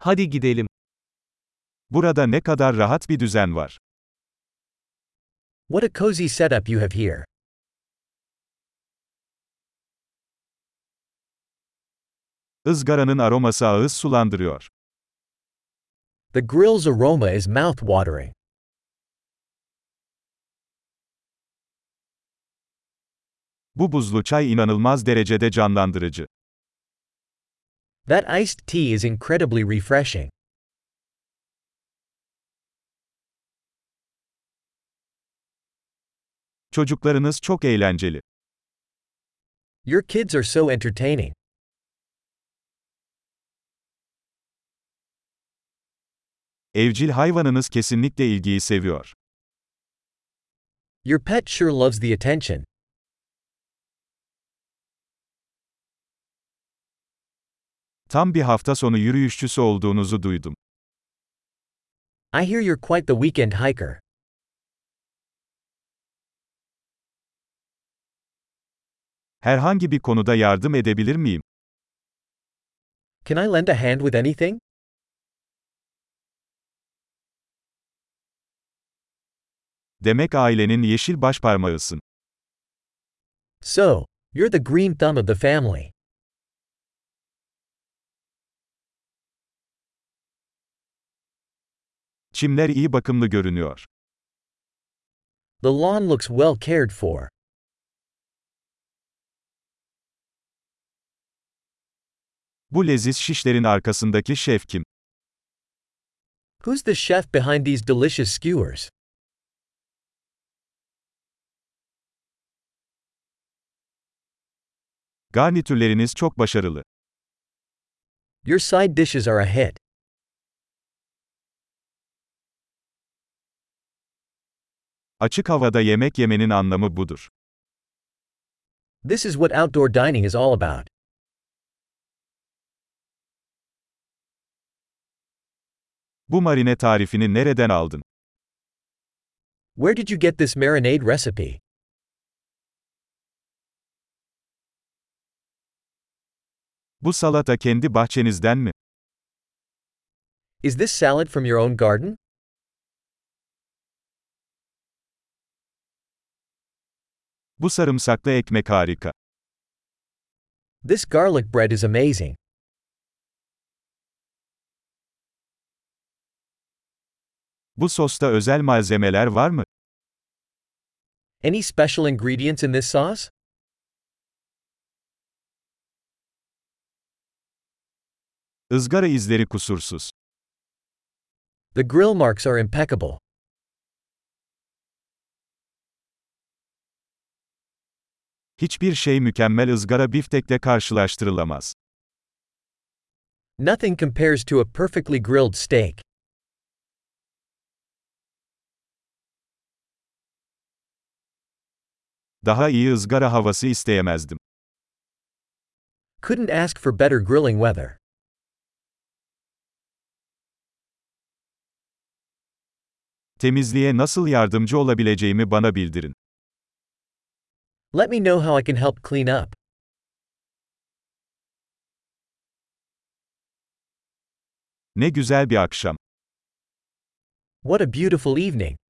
Hadi gidelim. Burada ne kadar rahat bir düzen var. What a cozy setup you have here. Izgaranın aroması ağız sulandırıyor. The grill's aroma is mouth-watering. Bu buzlu çay inanılmaz derecede canlandırıcı. That iced tea is incredibly refreshing. Çocuklarınız çok eğlenceli. Your kids are so entertaining. Evcil hayvanınız kesinlikle ilgiyi seviyor. Your pet sure loves the attention. Tam bir hafta sonu yürüyüşçüsü olduğunuzu duydum. I hear you're quite the weekend hiker. Herhangi bir konuda yardım edebilir miyim? Can I lend a hand with anything? Demek ailenin yeşil başparmağısın. So, you're the green thumb of the family. Çimler iyi bakımlı görünüyor. The lawn looks well cared for. Bu leziz şişlerin arkasındaki şef kim? Who's the chef behind these delicious skewers? Garnitürleriniz çok başarılı. Your side dishes are a hit. Açık havada yemek yemenin anlamı budur. This is what outdoor dining is all about. Bu marine tarifini nereden aldın? Where did you get this marinade recipe? Bu salata kendi bahçenizden mi? Is this salad from your own garden? Bu sarımsaklı ekmek harika. This garlic bread is amazing. Bu sosta özel malzemeler var mı? Any special ingredients in this sauce? Izgara izleri kusursuz. The grill marks are impeccable. Hiçbir şey mükemmel ızgara biftekle karşılaştırılamaz. Nothing compares to a perfectly grilled steak. Daha iyi ızgara havası isteyemezdim. Couldn't ask for better grilling weather. Temizliğe nasıl yardımcı olabileceğimi bana bildirin. Let me know how I can help clean up. Ne güzel bir akşam. What a beautiful evening.